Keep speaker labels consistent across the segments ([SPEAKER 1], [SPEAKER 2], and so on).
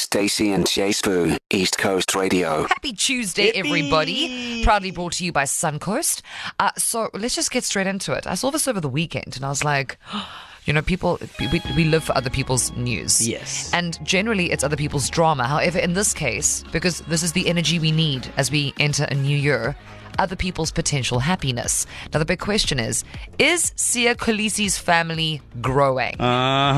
[SPEAKER 1] Stacy and Jay Spoo, East Coast Radio.
[SPEAKER 2] Happy Tuesday, everybody.
[SPEAKER 3] Yippee.
[SPEAKER 2] Proudly brought to you by Suncoast. Uh, so let's just get straight into it. I saw this over the weekend and I was like, you know, people, we, we live for other people's news.
[SPEAKER 3] Yes.
[SPEAKER 2] And generally, it's other people's drama. However, in this case, because this is the energy we need as we enter a new year, other people's potential happiness. Now, the big question is Is Sia Khaleesi's family growing?
[SPEAKER 3] Uh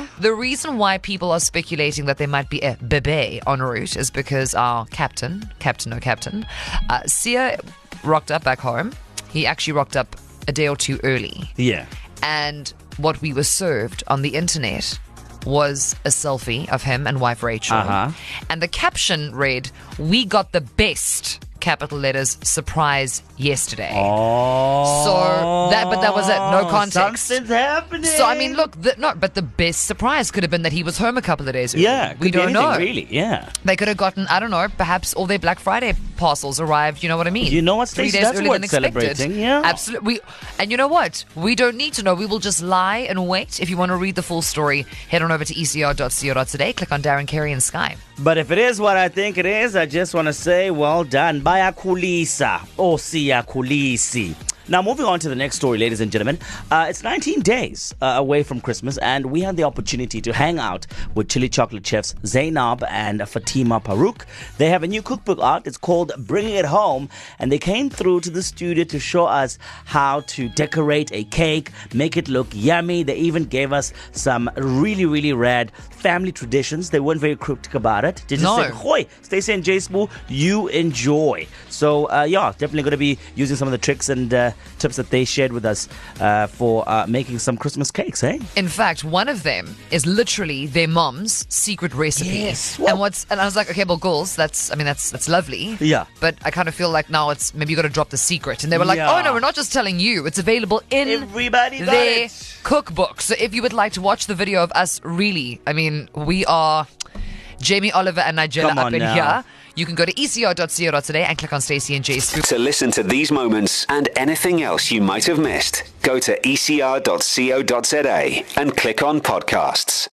[SPEAKER 3] huh.
[SPEAKER 2] The reason why people are speculating that there might be a bebe en route is because our captain, captain or captain, uh, Sia rocked up back home. He actually rocked up a day or two early.
[SPEAKER 3] Yeah.
[SPEAKER 2] And what we were served on the internet was a selfie of him and wife Rachel.
[SPEAKER 3] Uh-huh.
[SPEAKER 2] And the caption read, We got the best capital letters surprise yesterday.
[SPEAKER 3] Oh.
[SPEAKER 2] So that- but that was it. No context.
[SPEAKER 3] Something's happening.
[SPEAKER 2] So I mean, look, the, no, but the best surprise could have been that he was home a couple of days. early.
[SPEAKER 3] Yeah. could
[SPEAKER 2] we
[SPEAKER 3] be
[SPEAKER 2] don't
[SPEAKER 3] anything,
[SPEAKER 2] know.
[SPEAKER 3] Really. Yeah.
[SPEAKER 2] They could have gotten, I don't know, perhaps all their Black Friday parcels arrived. You know what I mean?
[SPEAKER 3] You know what,
[SPEAKER 2] Three
[SPEAKER 3] Stacey,
[SPEAKER 2] days
[SPEAKER 3] that's
[SPEAKER 2] earlier
[SPEAKER 3] worth
[SPEAKER 2] than expected.
[SPEAKER 3] celebrating, yeah.
[SPEAKER 2] absolutely. We, and you know what? We don't need to know. We will just lie and wait. If you want to read the full story, head on over to E ecr.co.today. Click on Darren Carey and Sky.
[SPEAKER 3] But if it is what I think it is, I just want to say well done. Baya kulisa. Oh, siya kulisi. Now, moving on to the next story, ladies and gentlemen. Uh, it's 19 days uh, away from Christmas, and we had the opportunity to hang out with chili chocolate chefs Zainab and Fatima Parouk. They have a new cookbook out. It's called Bringing It Home, and they came through to the studio to show us how to decorate a cake, make it look yummy. They even gave us some really, really rad family traditions. They weren't very cryptic about it. They just
[SPEAKER 2] No.
[SPEAKER 3] said, "Hoi, Stacey and Jay Small, you enjoy." So uh, yeah, definitely going to be using some of the tricks and uh, tips that they shared with us uh, for uh, making some Christmas cakes. Hey,
[SPEAKER 2] In fact, one of them is literally their mom's secret recipe.
[SPEAKER 3] Yes.
[SPEAKER 2] And what's and I was like, okay, well, girls, that's I mean, that's that's lovely.
[SPEAKER 3] Yeah.
[SPEAKER 2] But I kind of feel like now it's maybe you got to drop the secret. And they were like,
[SPEAKER 3] Yeah.
[SPEAKER 2] oh no, we're not just telling you. It's available in
[SPEAKER 3] Everybody got
[SPEAKER 2] their
[SPEAKER 3] it.
[SPEAKER 2] cookbook. So if you would like to watch the video of us, really, I mean, we are Jamie Oliver and Nigella
[SPEAKER 3] Come
[SPEAKER 2] up
[SPEAKER 3] on
[SPEAKER 2] in
[SPEAKER 3] now.
[SPEAKER 2] here. You can go to E ecr.co.za today and click on Stacey and Jay Spook.
[SPEAKER 1] To listen to these moments and anything else you E might have missed, go to ecr.co.za and click on podcasts.